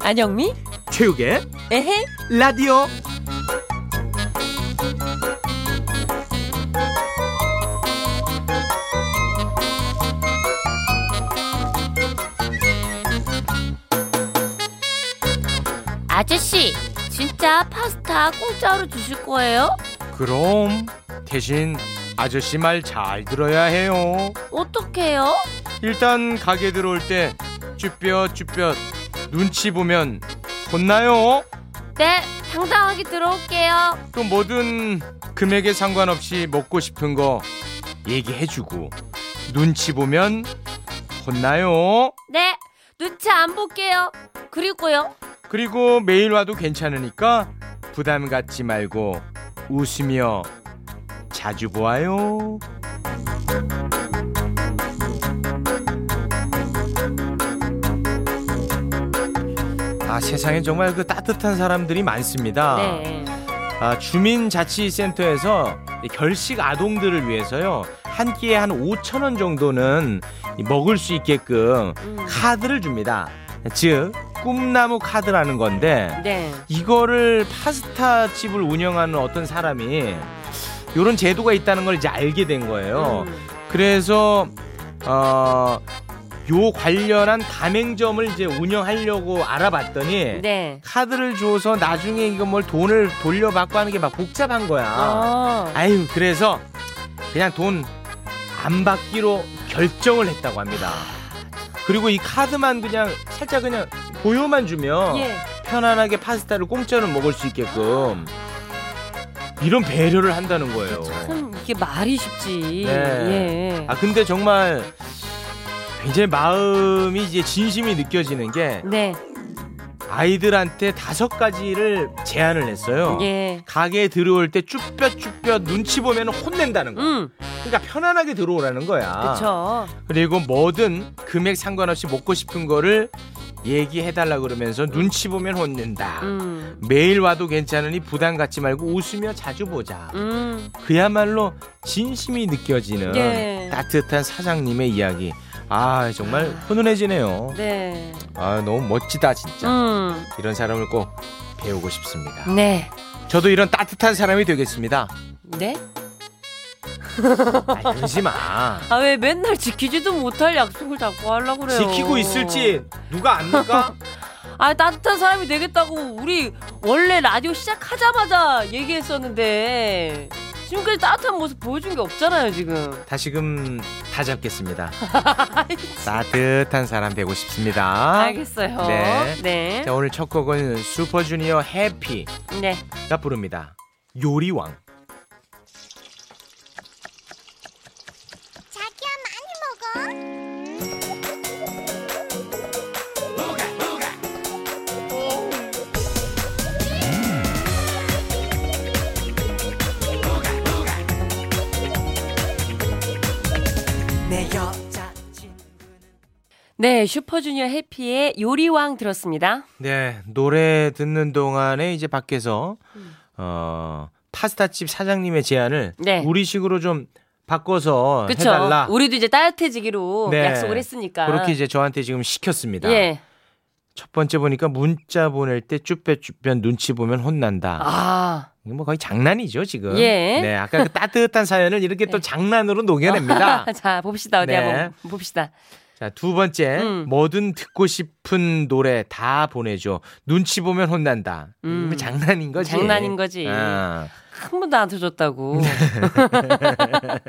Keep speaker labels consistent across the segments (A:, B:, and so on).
A: 안영미?
B: 체육의
A: 에헤?
B: 라디오
C: 아저씨, 진짜 파스타 공짜로 주실 거예요?
D: 그럼 대신 아저씨 말 잘 들어야 해요.
C: 어떡해요?
D: 일단 가게 들어올 때 쭈뼛 쭈뼛 눈치 보면 혼나요.
C: 네, 당당하게 들어올게요.
D: 또 뭐든 금액에 상관없이 먹고 싶은 거 얘기해주고 눈치 보면 혼나요.
C: 네, 눈치 안 볼게요. 그리고요,
D: 그리고 매일 와도 괜찮으니까 부담 갖지 말고 웃으며 자주 보아요. 아 세상에 정말 그 따뜻한 사람들이 많습니다.
C: 네,
D: 아, 주민자치센터에서 이 결식 아동들을 위해서요 한 끼에 한 5천 원 정도는 이 먹을 수 있게끔
C: 음,
D: 카드를 줍니다. 즉 꿈나무 카드라는 건데
C: 네,
D: 이거를 파스타 집을 운영하는 어떤 사람이 이런 제도가 있다는 걸 이제 알게 된 거예요.
C: 음,
D: 그래서 어. 요 관련한 가맹점을 이제 운영하려고 알아봤더니
C: 네.
D: 카드를 줘서 나중에 이거 뭘 돈을 돌려받고 하는 게 막 복잡한 거야.
C: 어,
D: 아. 아유 그래서 그냥 돈 안 받기로 결정을 했다고 합니다. 그리고 이 카드만 그냥 살짝 그냥 보여만 주면
C: 예.
D: 편안하게 파스타를 공짜로 먹을 수 있게끔 이런 배려를 한다는 거예요.
C: 그렇죠.
A: 참 이게 말이 쉽지.
D: 네.
A: 예.
D: 아 근데 정말 굉장히 마음이 이제 진심이 느껴지는 게
C: 네,
D: 아이들한테 다섯 가지를 제안을 했어요.
C: 예.
D: 가게에 들어올 때 쭈뼛쭈뼛 눈치 보면 혼낸다는 거.
C: 음,
D: 그러니까 편안하게 들어오라는 거야.
C: 그쵸.
D: 그리고 뭐든 금액 상관없이 먹고 싶은 거를 얘기해달라 그러면서 눈치 보면 혼낸다.
C: 음,
D: 매일 와도 괜찮으니 부담 갖지 말고 웃으며 자주 보자.
C: 음,
D: 그야말로 진심이 느껴지는
C: 예.
D: 따뜻한 사장님의 이야기. 아 정말 훈훈해지네요.
C: 네,
D: 아 너무 멋지다 진짜.
C: 음,
D: 이런 사람을 꼭 배우고 싶습니다.
C: 네,
D: 저도 이런 따뜻한 사람이 되겠습니다.
C: 네.
D: 아, 그러지 마.
C: 아 왜 맨날 지키지도 못할 약속을 자꾸 하려고 그래요.
D: 지키고 있을지 누가 압니까?
C: 아 따뜻한 사람이 되겠다고 우리 원래 라디오 시작하자마자 얘기했었는데 지금까지 따뜻한 모습 보여준 게 없잖아요 지금.
D: 다시금 다 잡겠습니다. 따뜻한 사람 되고 싶습니다.
C: 알겠어요.
D: 아, 네.
C: 네.
D: 자, 오늘 첫 곡은 슈퍼주니어 해피가
C: 네.
D: 부릅니다. 요리왕.
E: 자기야 많이 먹어.
C: 네, 슈퍼주니어 해피의 요리왕 들었습니다.
D: 네, 노래 듣는 동안에 이제 밖에서 어, 파스타집 사장님의 제안을
C: 음. 네.
D: 우리식으로 좀 바꿔서
C: 그쵸?
D: 어, 해달라.
C: 우리도 이제 따뜻해지기로
D: 네.
C: 약속을 했으니까.
D: 그렇게 이제 저한테 지금 시켰습니다.
C: 예.
D: 첫 번째 보니까 문자 보낼 때 쭈뼛쭈뼛 눈치 보면 혼난다.
C: 아,
D: 이거 뭐 거의 장난이죠 지금.
C: 예.
D: 네, 아까 그 따뜻한 사연을 이렇게 또 장난으로 녹여냅니다.
C: 자 봅시다 어디
D: 네.
C: 한번 봅시다.
D: 자, 두 번째
C: 음.
D: 뭐든 듣고 싶은 노래 다 보내줘. 눈치 보면 혼난다.
C: 음.
D: 이거 장난인 거지.
C: 장난인 거지.
D: 아.
C: 한 번도 안 들어줬다고. 자기가
D: 네.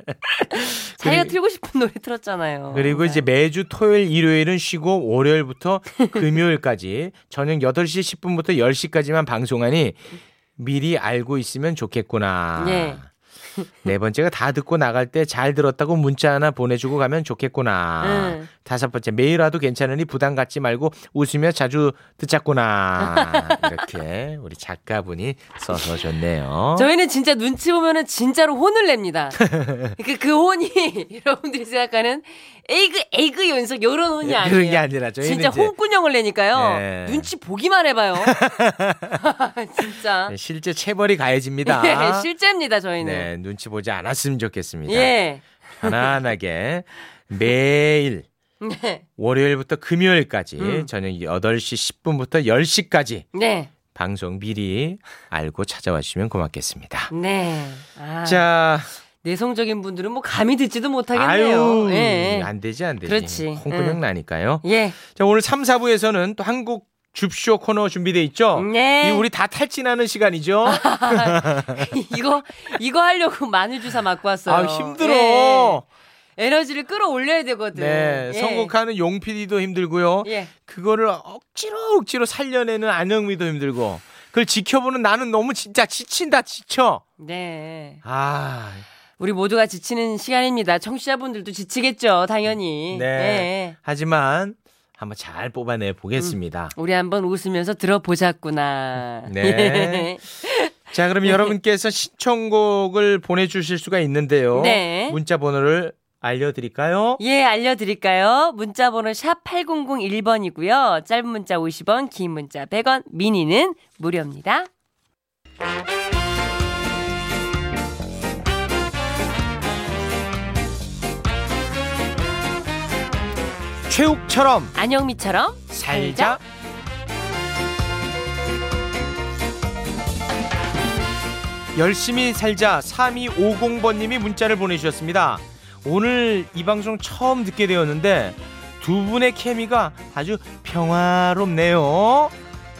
D: 그리-
C: 틀고 싶은 노래 틀었잖아요.
D: 어, 그리고 이제
C: 네.
D: 매주 토요일, 일요일은 쉬고 월요일부터 금요일까지 저녁 8시 10분부터 10시까지만 방송하니 미리 알고 있으면 좋겠구나.
C: 예.
D: 네 번째가 다 듣고 나갈 때 잘 들었다고 문자 하나 보내주고 가면 좋겠구나.
C: 응.
D: 다섯 번째 매일 와도 괜찮으니 부담 갖지 말고 웃으며 자주 듣자꾸나. 이렇게 우리 작가분이 써서 줬네요.
C: 저희는 진짜 눈치 보면은 진짜로 혼을 냅니다. 그러니까 그 혼이 여러분들이 생각하는 에이그 에이그 연속 요런
D: 예,
C: 혼이 아니에요.
D: 그런 게 아니라 저희는 예.
C: 진짜
D: 이제
C: 혼꾸녕을 내니까요.
D: 네.
C: 눈치 보기만 해봐요. 진짜. 예,
D: 네, 실제 체벌이
C: 네,
D: 가해집니다.
C: 실제입니다 저희는.
D: 네, 눈치 보지 않았으면 좋겠습니다.
C: 예.
D: 편안하게 매일
C: 네.
D: 월요일부터 금요일까지
C: 음.
D: 저녁 8시 10분부터 10시까지
C: 네.
D: 방송 미리 알고 찾아와 주시면 고맙겠습니다.
C: 네. 아,
D: 자,
C: 내성적인 분들은 뭐 감히 듣지도 못하겠네요.
D: 아유,
C: 예.
D: 안 되지, 안 되지.
C: 그렇지.
D: 홍군형
C: 응.
D: 나니까요.
C: 예.
D: 자, 오늘 3, 4부에서는 또 한국 줍쇼 코너 준비돼 있죠?
C: 네.
D: 이 우리 다 탈진하는 시간이죠?
C: 아, 이거 이거 하려고 마늘 주사 맞고 왔어요.
D: 아, 힘들어.
C: 예. 에너지를 끌어올려야 되거든.
D: 네,
C: 예.
D: 선곡하는 용 PD도 힘들고요.
C: 예.
D: 그거를 억지로 억지로 살려내는 안영미도 힘들고. 그걸 지켜보는 나는 너무 진짜 지친다, 지쳐.
C: 네.
D: 아,
C: 우리 모두가 지치는 시간입니다. 청취자분들도 지치겠죠, 당연히.
D: 네.
C: 예.
D: 하지만 한번 잘 뽑아내 보겠습니다.
C: 우리 한번 웃으면서 들어보자꾸나.
D: 네. 자, 그럼 여러분께서 신청곡을 보내주실 수가 있는데요.
C: 네.
D: 문자 번호를 알려드릴까요?
C: 예, 알려드릴까요? 문자번호 샵 8001번이고요. 짧은 문자 50원, 긴 문자 100원, 미니는 무료입니다.
D: 최욱처럼
C: 안영미처럼
D: 살자. 열심히 살자 3250번님이 문자를 보내주셨습니다. 오늘 이 방송 처음 듣게 되었는데 두 분의 케미가 아주 평화롭네요.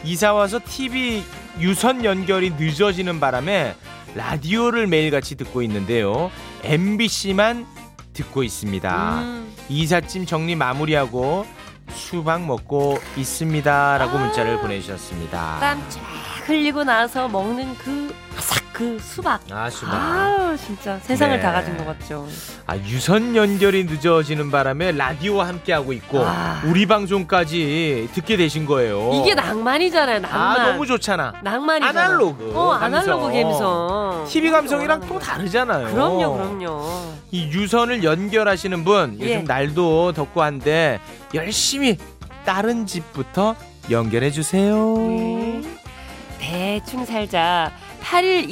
D: 이사 와서 TV 유선 연결이 늦어지는 바람에 라디오를 매일같이 듣고 있는데요. MBC만 듣고 있습니다.
C: 음,
D: 이삿짐 정리 마무리하고 수박 먹고 있습니다라고 문자를 보내주셨습니다.
C: 땀쫙 흘리고 나서 먹는 그 아삭 그 수박.
D: 아 수박.
C: 아우 진짜 세상을
D: 네.
C: 다 가진 것 같죠.
D: 아 유선 연결이 늦어지는 바람에 라디오와 함께 하고 있고
C: 아.
D: 우리 방송까지 듣게 되신 거예요.
C: 이게 낭만이잖아요,
D: 어. 아
C: 낭만.
D: 너무 좋잖아.
C: 낭만이잖아.
D: 아날로그
C: 어, 아날로그
D: 감성. 어.
C: 감성.
D: TV 감성이랑 또
C: 원하는 거야.
D: 다르잖아요.
C: 그럼요, 그럼요.
D: 이 유선을 연결하시는 분 요즘
C: 예.
D: 날도 덥고 한데 열심히 다른 집부터 연결해 주세요.
C: 네. 대충 살자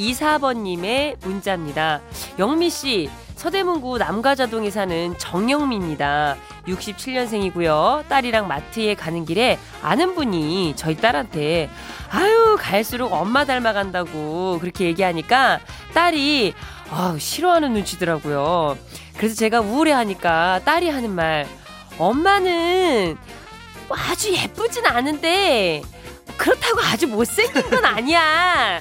C: 8124번님의 문자입니다. 영미씨, 서대문구 남가자동에 사는 정영미입니다. 67년생이고요. 딸이랑 마트에 가는 길에 아는 분이 저희 딸한테 아유, 갈수록 엄마 닮아간다고 그렇게 얘기하니까 딸이 아우, 싫어하는 눈치더라고요. 그래서 제가 우울해하니까 딸이 하는 말 엄마는 아주 예쁘진 않은데 그렇다고 아주 못생긴 건 아니야.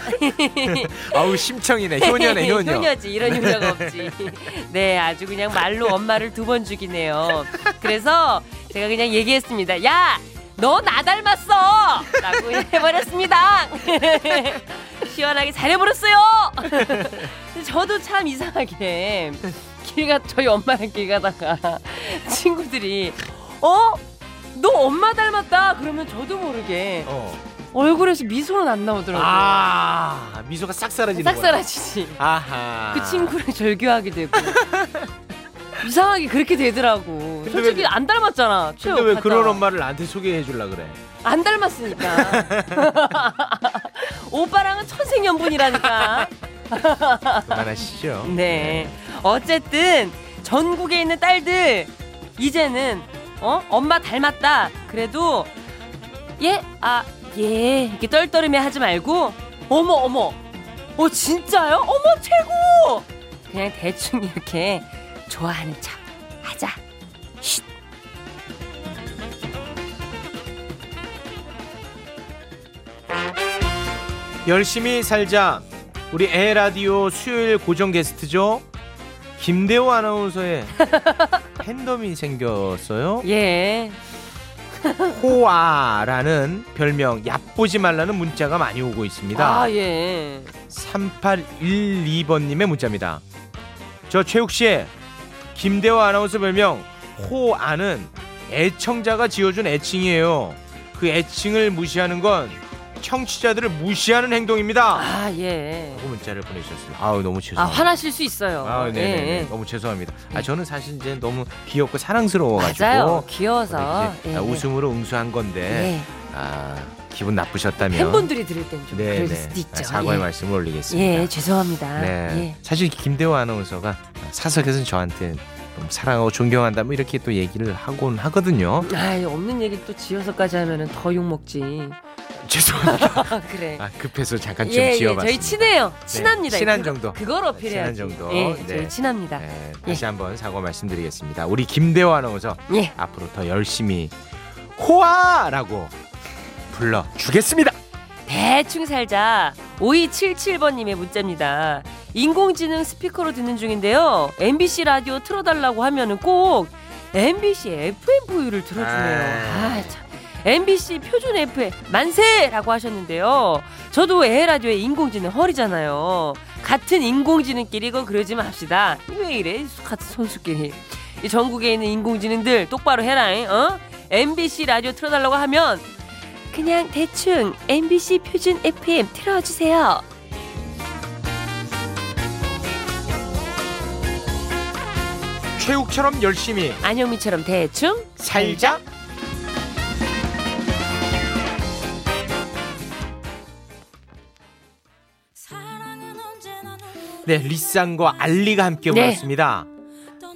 D: 아우 심청이네 효녀네 효녀.
C: 지 이런 효녀가 없지. 네, 아주 그냥 말로 엄마를 두 번 죽이네요. 그래서 제가 그냥 얘기했습니다. 야, 너 나 닮았어! 라고 해버렸습니다. 시원하게 잘해버렸어요! 저도 참 이상하게 길가, 저희 엄마랑 길 가다가 친구들이, 어? 너 엄마 닮았다! 그러면 저도 모르게
D: 어.
C: 얼굴에서 미소는 안 나오더라고요.
D: 아 미소가 싹 사라지는
C: 싹
D: 거야.
C: 사라지지.
D: 아하.
C: 그 친구를 절교하게 되고 이상하게 그렇게 되더라고.
D: 근데
C: 솔직히
D: 왜- 그
C: 안 닮았잖아.
D: 근데 왜 그런 엄마를 나한테 소개해 줄라 그래?
C: 안 닮았으니까. 오빠랑은 천생연분이라니까.
D: 그만하시죠.
C: 네. 어쨌든 전국에 있는 딸들 이제는 어 엄마 닮았다. 그래도 예아예 이렇게 떨떠름해 하지 말고 어머 어머 어 진짜요? 어머 최고. 그냥 대충 이렇게 좋아하는 척 하자. 쉿.
D: 열심히 살자. 우리 애 라디오 수요일 고정 게스트죠. 김대호 아나운서의 팬덤이 생겼어요.
C: 예.
D: 호아라는 별명 얕보지 말라는 문자가 많이 오고 있습니다.
C: 아 예.
D: 3812번님의 문자입니다. 저 최욱 씨의 김대호 아나운서 별명 호아는 애청자가 지어준 애칭이에요. 그 애칭을 무시하는 건 청취자들을 무시하는 행동입니다.
C: 아 예.
D: 라고 문자를 보내주셨어요. 아우 너무
C: 아
D: 죄송합니다.
C: 화나실 수 있어요.
D: 아우, 네네네.
C: 예, 예.
D: 너무 죄송합니다. 아
C: 네.
D: 저는 사실 이제 너무 귀엽고 사랑스러워가지고 아,
C: 맞아요. 귀여워서
D: 이제, 아, 웃음으로 응수한 건데
C: 예.
D: 아 기분 나쁘셨다면
C: 팬분들이 들을 땐 좀
D: 네,
C: 그럴
D: 네.
C: 수도 있죠.
D: 사과의
C: 예.
D: 말씀을 올리겠습니다.
C: 예, 죄송합니다.
D: 네.
C: 예.
D: 사실 김대호 아나운서가 사석에서는 저한테 너무 사랑하고 존경한다 뭐 이렇게 또 얘기를 하곤 하거든요.
C: 예. 아이, 없는 얘기 또 지어서까지 하면은 더 욕먹지.
D: 죄송합니다.
C: 아, 그래.
D: 아, 급해서 잠깐 좀
C: 예, 예,
D: 지어봤습니다. 네,
C: 저희 친해요. 친합니다.
D: 친한
C: 그-
D: 정도.
C: 그걸 어필해야지.
D: 친한 정도.
C: 예,
D: 네.
C: 저희 친합니다.
D: 네, 다시 한번 사과 말씀드리겠습니다. 우리 김대호 아나운서
C: 예.
D: 앞으로 더 열심히 호아라고 불러 주겠습니다.
C: 대충 살자. 5277번님의 문자입니다. 인공지능 스피커로 듣는 중인데요. MBC 라디오 틀어달라고 하면은 꼭 MBC FM포유를 틀어주네요.
D: 아.
C: 아, 참. MBC 표준 FM 만세라고 하셨는데요. 저도 에라디오의 인공지능 허리잖아요. 같은 인공지능끼리 이거 그러지 맙시다. 왜 이래? 같은 선수끼리. 이 전국에 있는 인공지능들 똑바로 해라잉. 어? MBC 라디오 틀어달라고 하면 그냥 대충 MBC 표준 FM 틀어주세요.
D: 최욱처럼 열심히
C: 안영미처럼 대충
D: 살자. 네, 리쌍과 알리가 함께
C: 네.
D: 불렀습니다.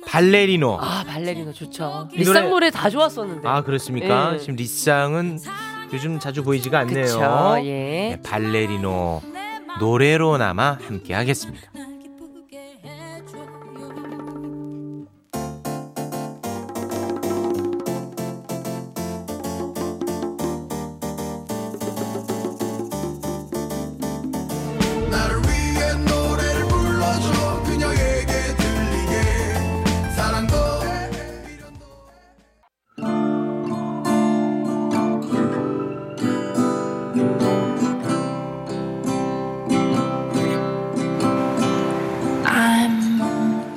D: 발레리노. 아,
C: 아 발레리노 좋죠.
D: 이
C: 리쌍
D: 노래-
C: 노래 다 좋았었는데.
D: 아, 그렇습니까?
C: 예.
D: 지금 리쌍은 요즘 자주 보이지가 않네요.
C: 그쵸. 예.
D: 네, 발레리노 노래로나마 함께 하겠습니다.
B: 나를 위해 노래를 불러줘 그녀에게 들리게 사랑도
F: I'm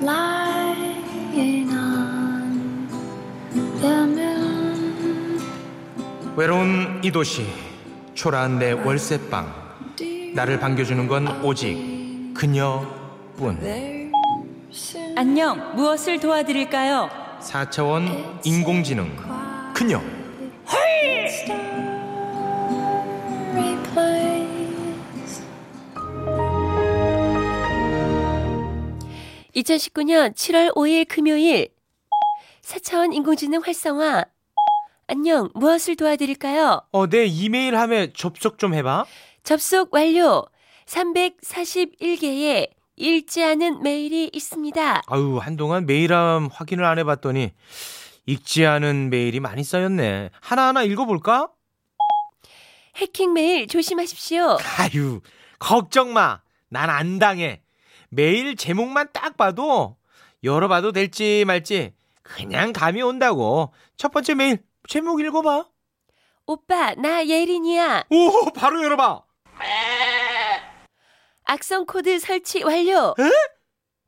F: lying on the moon.
D: 외로운 이 도시 초라한 내 월세방 나를 반겨주는 건 오직 그녀뿐
A: 안녕. 무엇을 도와드릴까요?
D: 4차원 인공지능 그녀
F: Replace
C: 2019년 7월 5일 금요일 4차원 인공지능 활성화 안녕 무엇을 도와드릴까요?
D: 어 내 이메일 함에 접속 좀 해봐
C: 접속 완료 341개의 읽지 않은 메일이 있습니다.
D: 아유 한동안 메일함 확인을 안 해봤더니 읽지 않은 메일이 많이 쌓였네 하나하나 읽어볼까?
C: 해킹 메일 조심하십시오.
D: 아유 걱정 마난 안 당해 메일 제목만 딱 봐도 열어봐도 될지 말지 그냥 감이 온다고 첫 번째 메일 제목 읽어봐
C: 오빠 나 예린이야.
D: 오 바로 열어봐
C: 악성 코드 설치 완료.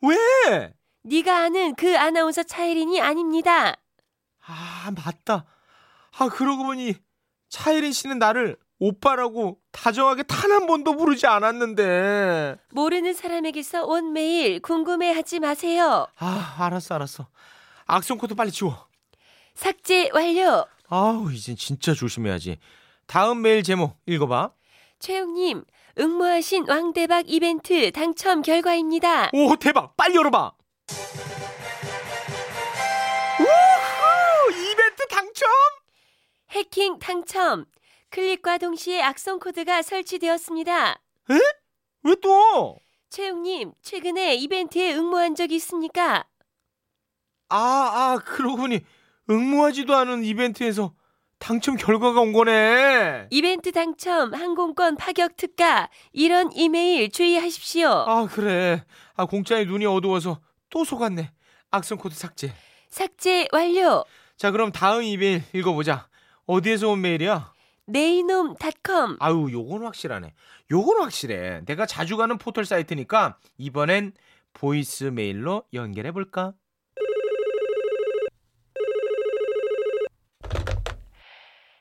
D: 왜?
C: 네가 아는 그 아나운서 차혜린이 아닙니다.
D: 아 맞다 아 그러고 보니 차혜린 씨는 나를 오빠라고 다정하게 단 한 번도 부르지 않았는데
C: 모르는 사람에게서 온 메일 궁금해하지 마세요.
D: 아 알았어 알았어 악성코드 빨리 지워
C: 삭제 완료.
D: 아우 이젠 진짜 조심해야지 다음 메일 제목 읽어봐
C: 최용님 응모하신 왕대박 이벤트 당첨 결과입니다.
D: 오 대박 빨리 열어봐 우후 이벤트 당첨
C: 해킹 당첨. 클릭과 동시에 악성 코드가 설치되었습니다.
D: 왜또
C: 최용님 최근에 이벤트에 응모한 적 있습니까?
D: 아, 아, 그러고 보니 응모하지도 않은 이벤트에서 당첨 결과가 온 거네.
C: 이벤트 당첨 항공권 파격 특가 이런 이메일 주의하십시오.
D: 아, 그래. 아, 공짜에 눈이 어두워서 또 속았네. 악성 코드 삭제.
C: 삭제 완료.
D: 자, 그럼 다음 이메일 읽어보자. 어디에서 온 메일이야?
C: 네이놈닷컴
D: 아유, 요건 확실하네. 요건 확실해. 내가 자주 가는 포털 사이트니까 이번엔 보이스 메일로 연결해 볼까?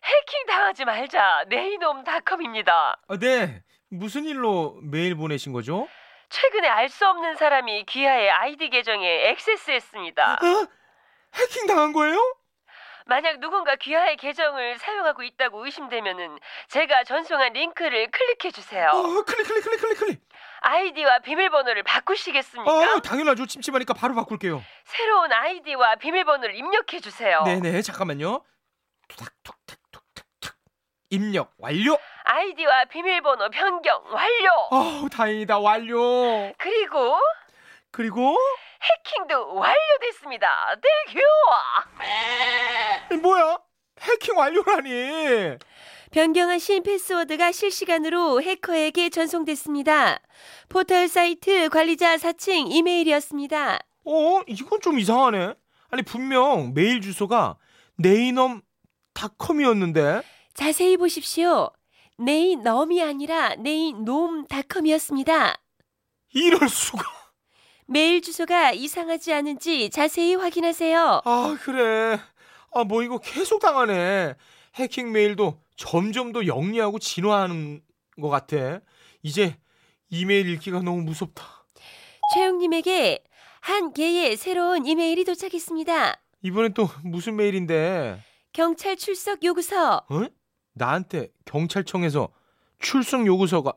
C: 해킹 당하지 말자. 네이놈닷컴입니다.
D: 아, 네. 무슨 일로 메일 보내신 거죠?
C: 최근에 알 수 없는 사람이 아.
D: 어?
C: 귀하의 아이디 계정에 액세스했습니다.
D: 해킹 당한 거예요?
C: 만약 누군가 귀하의 계정을 사용하고 있다고 의심되면은 제가 전송한 링크를 클릭해 주세요.
D: 어, 클릭 클릭 클릭 클릭 클릭.
C: 아이디와 비밀번호를 바꾸시겠습니까?
D: 아, 당연하죠. 찜찜하니까 바로 바꿀게요.
C: 새로운 아이디와 비밀번호를 입력해 주세요.
D: 네네, 잠깐만요. 툭탁툭탁툭탁툭. 입력 완료.
C: 어. 아이디와 비밀번호 변경 완료.
D: 아, 다행이다. 완료.
C: 그리고
D: 그리고
C: 해킹도 완료됐습니다. 대규.
D: 뭐야? 해킹 완료라니.
C: 변경하신 패스워드가 실시간으로 해커에게 전송됐습니다. 포털 사이트 관리자 4층 이메일이었습니다.
D: 어, 이건 좀 이상하네. 아니 분명 메일 주소가 네이넘닷컴이었는데.
C: 자세히 보십시오. 네이넘이 아니라 네이놈닷컴이었습니다.
D: 이럴 수가.
C: 메일 주소가 이상하지 않은지 자세히 확인하세요.
D: 아, 그래. 아, 뭐 이거 계속 당하네. 해킹 메일도 점점 더 영리하고 진화하는 것 같아. 이제 이메일 읽기가 너무 무섭다.
C: 최영님에게 한 개의 새로운 이메일이 도착했습니다.
D: 이번엔 또 무슨 메일인데?
C: 경찰 출석 요구서.
D: 어? 나한테 경찰청에서 출석 요구서가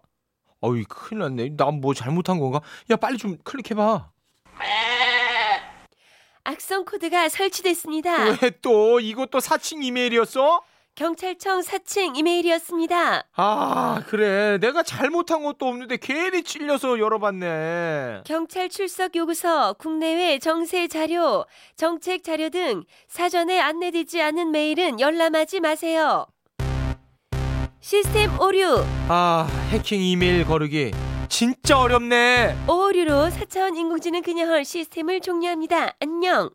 D: 어이 큰일 났네. 나 뭐 잘못한 건가? 야, 빨리 좀 클릭해 봐.
C: 악성 코드가 설치됐습니다.
D: 왜 또 이것도 사칭 이메일이었어?
C: 경찰청 4층 이메일이었습니다.
D: 아, 그래. 내가 잘못한 것도 없는데 괜히 찔려서 열어봤네.
C: 경찰 출석 요구서, 국내외 정세 자료, 정책 자료 등 사전에 안내되지 않은 메일은 열람하지 마세요. 시스템 오류,
D: 아, 해킹 이메일 거르기 진짜 어렵네.
C: 오류로 4차원 인공지능 그녀헐 시스템을 종료합니다. 안녕.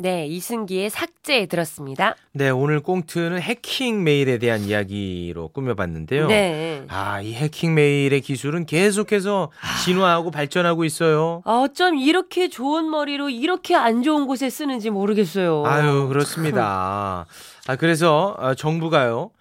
C: 네, 이승기의 삭제에 들었습니다.
D: 네, 오늘 꽁트는 해킹 메일에 대한 이야기로 꾸며봤는데요.
C: 네.
D: 아, 이 해킹 메일의 기술은 계속해서
C: 아.
D: 진화하고 발전하고 있어요.
C: 어쩜 아, 이렇게 좋은 머리로 이렇게 안 좋은 곳에 쓰는지 모르겠어요.
D: 아유, 그렇습니다. 아, 그래서 어, 정부가요.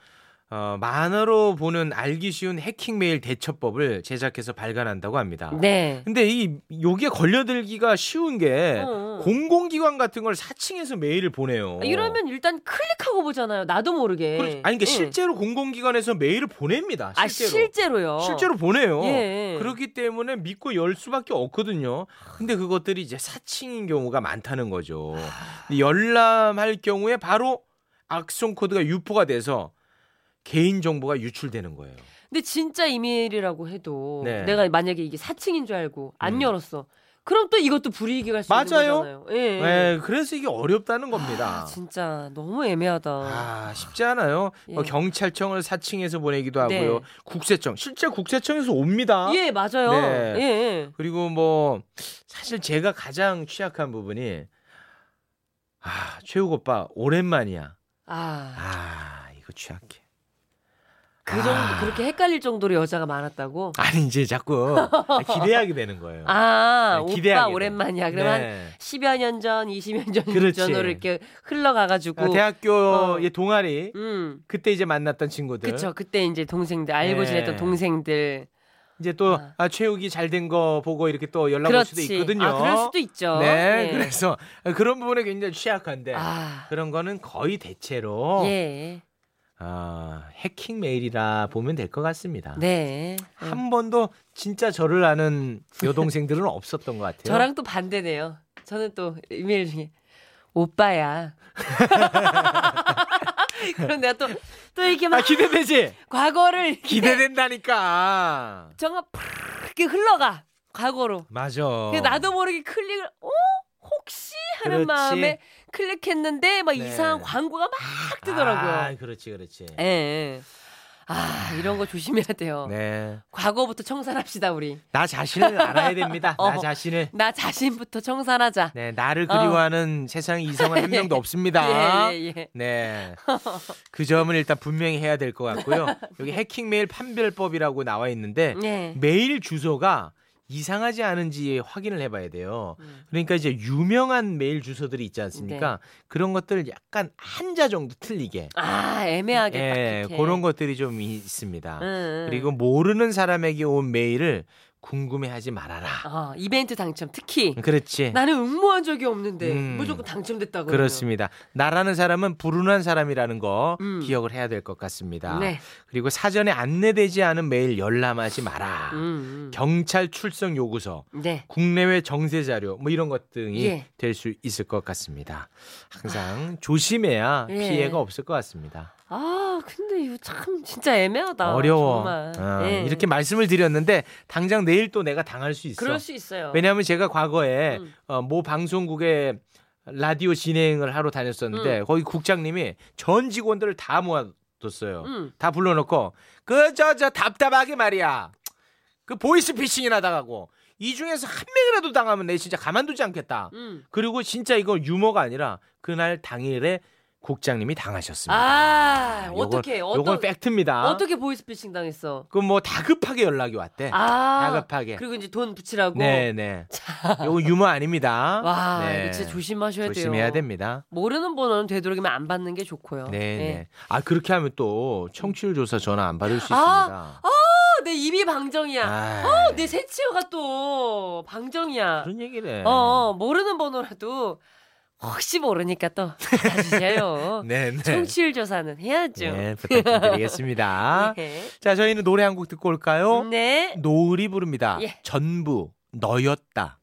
D: 어, 만화로 보는 알기 쉬운 해킹 메일 대처법을 제작해서 발간한다고 합니다.
C: 네.
D: 근데 이 여기에 걸려들기가 쉬운 게
C: 어, 어.
D: 공공기관 같은 걸 사칭해서 메일을 보내요.
C: 아, 이러면 일단 클릭하고 보잖아요. 나도 모르게.
D: 어. 그렇죠. 아니 그러니까
C: 예.
D: 실제로 공공기관에서 메일을 보냅니다.
C: 아,
D: 실제로.
C: 실제로요.
D: 실제로 보내요.
C: 예.
D: 그렇기 때문에 믿고 열 수밖에 없거든요. 근데 그것들이 이제 사칭인 경우가 많다는 거죠.
C: 아.
D: 근데 열람할 경우에 바로 악성 코드가 유포가 돼서 개인 정보가 유출되는 거예요.
C: 근데 진짜 이메일이라고 해도
D: 네.
C: 내가 만약에 이게 사칭인 줄 알고 안
D: 음.
C: 열었어. 그럼 또 이것도 불이익이 갈 수
D: 맞아요.
C: 있는 거잖아요. 예.
D: 네, 그래서 이게 어렵다는 겁니다.
C: 아, 진짜 너무 애매하다.
D: 아, 쉽지 않아요.
C: 예.
D: 어, 경찰청을 사칭해서 보내기도
C: 네.
D: 하고요. 국세청, 실제 국세청에서 옵니다.
C: 예, 맞아요.
D: 네.
C: 예.
D: 그리고 뭐 사실 제가 가장 취약한 부분이 아, 최욱 오빠 오랜만이야.
C: 아,
D: 아, 이거 취약해.
C: 그 정도
D: 아.
C: 그렇게 헷갈릴 정도로 여자가 많았다고.
D: 아니 이제 자꾸 기대하게 되는 거예요.
C: 아,
D: 네, 기대하게
C: 오빠
D: 돼.
C: 오랜만이야. 그러면
D: 네.
C: 10여 년 전, 20여 년
D: 그렇지.
C: 전으로 이렇게 흘러가 가지고
D: 아, 대학교
C: 어.
D: 의 동아리
C: 음.
D: 그때 이제 만났던 친구들.
C: 그쵸 그때 이제 동생들 알고
D: 네.
C: 지냈던 동생들
D: 이제 또
C: 아.
D: 아, 최욱이 잘 된 거 보고 이렇게 또 연락 올 수도
C: 그렇지
D: 있거든요.
C: 아 그럴 수도 있죠
D: 네,
C: 예.
D: 그래서 그런 부분에 굉장히 취약한데
C: 아,
D: 그런 거는 거의 대체로
C: 예.
D: 아, 해킹 메일이라 보면 될 것 같습니다.
C: 네. 음.
D: 한 번도 진짜 저를 아는 여동생들은 없었던 것 같아요.
C: 저랑 또 반대네요. 저는 또 이메일 중에 오빠야. 그럼 내가 또, 또 이렇게 막
D: 아 기대되지?
C: 과거를
D: 기대된다니까.
C: 정말 푸르르 흘러가. 과거로.
D: 맞아.
C: 근데 나도 모르게 클릭을, 어? 혹시? 하는
D: 어. 그렇지.
C: 마음에 클릭했는데 막
D: 네.
C: 이상한 광고가 막 뜨더라고요. 네.
D: 아, 그렇지, 그렇지.
C: 예. 아, 이런 거 조심해야 돼요.
D: 네.
C: 과거부터 청산합시다, 우리.
D: 나 자신을 알아야 됩니다. 나
C: 어.
D: 자신을.
C: 나 자신부터 청산하자.
D: 네, 나를 그리워하는 세상에 이성한 한 명도 없습니다.
C: 예, 예, 예.
D: 네. 그 점은 일단 분명히 해야 될 것 같고요. 여기 해킹 메일 판별법이라고 나와 있는데
C: 네.
D: 메일 주소가 이상하지 않은지 확인을 해봐야 돼요.
C: 음.
D: 그러니까 이제 유명한 메일 주소들이 있지 않습니까?
C: 네.
D: 그런 것들 약간 한자 정도 틀리게.
C: 아, 애매하게 딱
D: 예,
C: 이렇게. 음,
D: 그런 것들이 좀 있습니다.
C: 응, 응.
D: 그리고 모르는 사람에게 온 메일을 궁금해하지 말아라.
C: 어, 이벤트 당첨 특히
D: 그렇지.
C: 네. 나는 응모한 적이 없는데
D: 네. 음.
C: 무조건 당첨됐다고.
D: 그렇습니다. 나라는 사람은 불운한 사람이라는 거
C: 음.
D: 기억을 해야 될 것 같습니다.
C: 네.
D: 그리고 사전에 안내되지 않은 메일 열람하지 마라.
C: 음,
D: 경찰 출석 요구서,
C: 음. 네.
D: 국내외 정세 자료 뭐 이런 것 등이
C: 예. 아.
D: 될 수 있을 것 같습니다. 항상 조심해야
C: 예.
D: 피해가 없을 것 같습니다.
C: 아, 근데 이거 참 진짜 애매하다.
D: 어려워.
C: 아, 정말.
D: 어,
C: 예.
D: 이렇게 말씀을 드렸는데 당장 내일 또 내가 당할 수 있어.
C: 그럴 수 있어요.
D: 왜냐하면 제가 과거에
C: 음.
D: 어, 모 방송국에 라디오 진행을 하러
C: 음.
D: 다녔었는데 거기 국장님이 전 직원들을 다 모아뒀어요.
C: 음.
D: 다 불러놓고 그 저 저 답답하게 말이야. 그 보이스피싱이나 당하고 이 중에서 한 명이라도 당하면 내 진짜 가만두지 않겠다.
C: 음.
D: 그리고 진짜 이거 유머가 아니라 그날 당일에 국장님이 당하셨습니다.
C: 아,
D: 음. 요건-
C: 어떻게
D: 요건
C: 어떤
D: 팩트입니다.
C: 어떻게 보이스피싱 당했어?
D: 그 뭐 다급하게 연락이 왔대.
C: 아.
D: 네. 다급하게.
C: 그리고 이제 돈 붙이라고.
D: 네네. 요거 유머 아닙니다.
C: 와,
D: 네.
C: 이거 진짜 조심하셔야 돼요.
D: 조심해야 됩니다.
C: 모르는 번호는 되도록이면 안 받는 게 좋고요.
D: 네네.
C: 예.
D: 아 그렇게 하면 또 청취율 조사 전화 안 받을 수 있습니다.
C: 아, 어, 내 입이 방정이야.
D: 아,
C: 어, 내 새치어가 또 방정이야.
D: 그런 얘기를 해.
C: 어, 어, 모르는 번호라도 혹시 모르니까 또 받아주세요.
D: 네네.
C: 어. 청취율 조사는 해야죠.
D: 네, 아, 부탁드리겠습니다.
C: 네.
D: 자, 저희는 노래 한 곡 듣고 올까요?
C: 네.
D: 노을이 부릅니다.
C: 예.
D: 전부 너였다.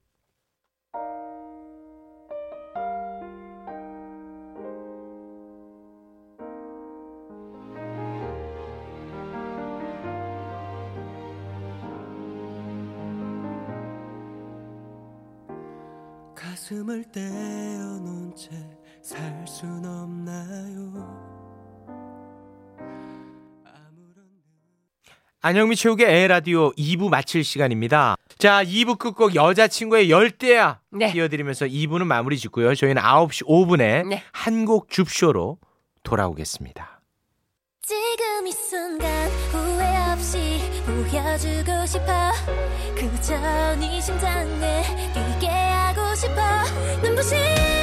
G: 가슴을 떼어놓은 채 살 순 없나요? 아무런
D: 안영미 최욱의 에라디오 2부 마칠 시간입니다. 자, 2부 끝곡 여자친구의 열대야
C: 네.
D: 띄워드리면서 2부는 마무리 짓고요. 저희는 9시 5분에
C: 네.
D: 한곡 줍쇼로 돌아오겠습니다.
E: 지금 이 순간 후회 없이 보여주고 싶어 그저 네 심장에 뛰게 하고 싶어 눈부신